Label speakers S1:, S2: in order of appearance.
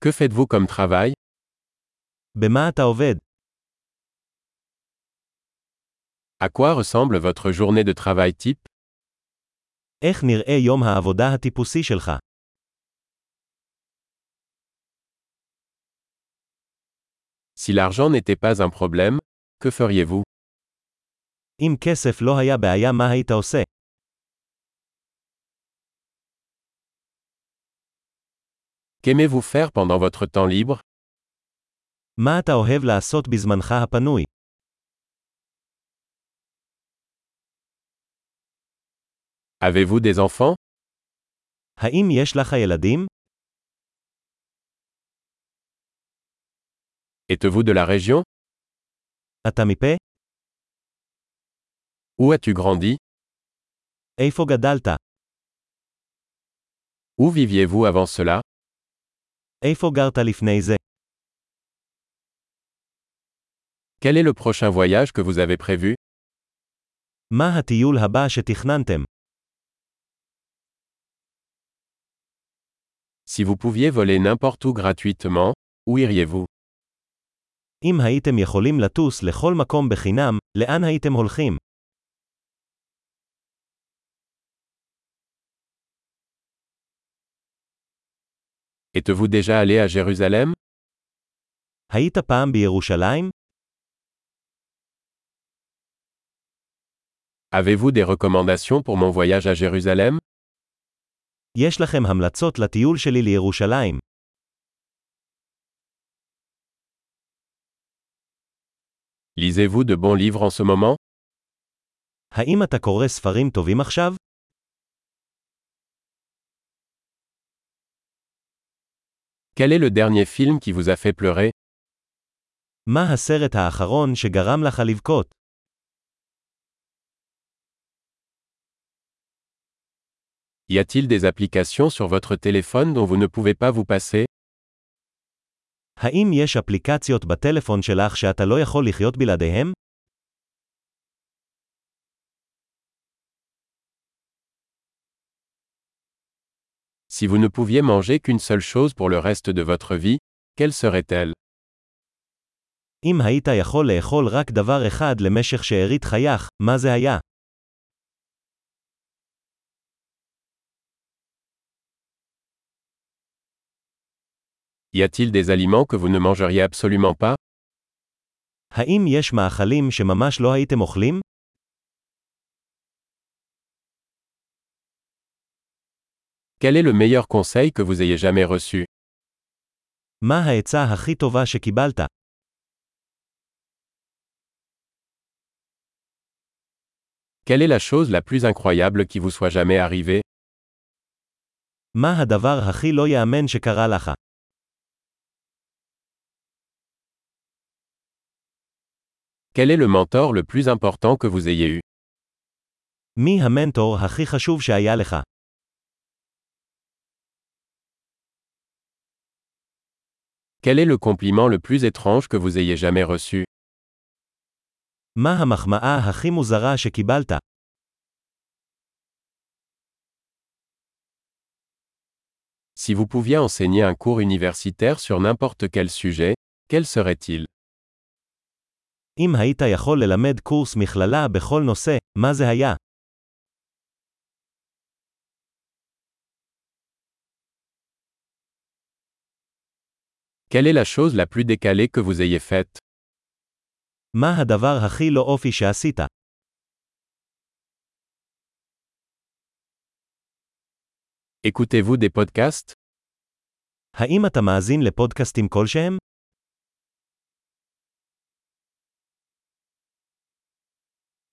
S1: Que faites-vous comme travail
S2: במה אתה עובד?
S1: À quoi ressemble votre journée de travail type
S2: איך נראה יום העבודה הטיפוסי שלך?
S1: Si l'argent n'était pas un problème, que feriez-vous
S2: אם כסף לא היה בעיה מה היית עושה?
S1: Qu'aimez-vous faire pendant votre temps libre
S2: מה אתה אוהב לעשות בזמנך הפנוי?
S1: Avez-vous des enfants
S2: האם יש לך ילדים?
S1: Êtes-vous de la région
S2: אתה מפה?
S1: Où as-tu grandi
S2: איפה גדלת?
S1: Où viviez-vous avant cela
S2: איפה גרת לפני זה?
S1: Quel est le prochain voyage que vous avez prévu
S2: מה הטיול הבא שתכננתם?
S1: Si vous pouviez voler n'importe où gratuitement, où iriez-vous
S2: אם הייתם יכולים לטוס לכל מקום בחינם, לאן הייתם הולכים?
S1: Êtes-vous déjà allé à Jérusalem
S2: היית פעם בירושלים?
S1: Avez-vous des recommandations pour mon voyage à Jérusalem
S2: יש לכם המלצות לטיול שלי לירושלים.
S1: Lisez-vous de bons livres en ce moment
S2: האם אתה קורא ספרים טובים עכשיו?
S1: Quel est le dernier film qui vous a fait pleurer
S2: מה הסרט האחרון שגרם לך לבכות?
S1: Y a-t-il des applications sur votre téléphone dont vous ne pouvez pas vous passer
S2: האם יש אפליקציות בטלפון שלך שאתה לא יכול לחיות בלעדיהם?
S1: Si vous ne pouviez manger qu'une seule chose pour le reste de votre vie, quelle serait-elle
S2: אם היית יכול לאכול רק דבר אחד למשך שארית חייך, מה זה היה?
S1: Y a-t-il des aliments que vous ne mangeriez absolument pas
S2: האם יש מאכלים שממש לא הייתם אוכלים?
S1: Quel est le meilleur conseil que vous ayez jamais reçu
S2: מה העצה הכי טובה שקיבלת?
S1: Quelle est la chose la plus incroyable qui vous soit jamais arrivée
S2: מה הדבר הכי לא ייאמן שקרה לך?
S1: Quel est le mentor le plus important que vous ayez eu
S2: מי המנטור הכי חשוב שהיה לך?
S1: Quel est le compliment le plus étrange que vous ayez jamais reçu
S2: מה המחמאה הכי מוזרה שקיבלת?
S1: Si vous pouviez enseigner un cours universitaire sur n'importe quel sujet, quel serait-il
S2: אם היית יכול ללמד קורס מכללה בכל נושא, מה זה היה?
S1: Quelle est la chose la plus décalée que vous ayez faite
S2: מה הדבר הכי לא אופי שעשית?
S1: Écoutez-vous des podcasts
S2: האם אתה מאזין לפודקאסטים כלשהם?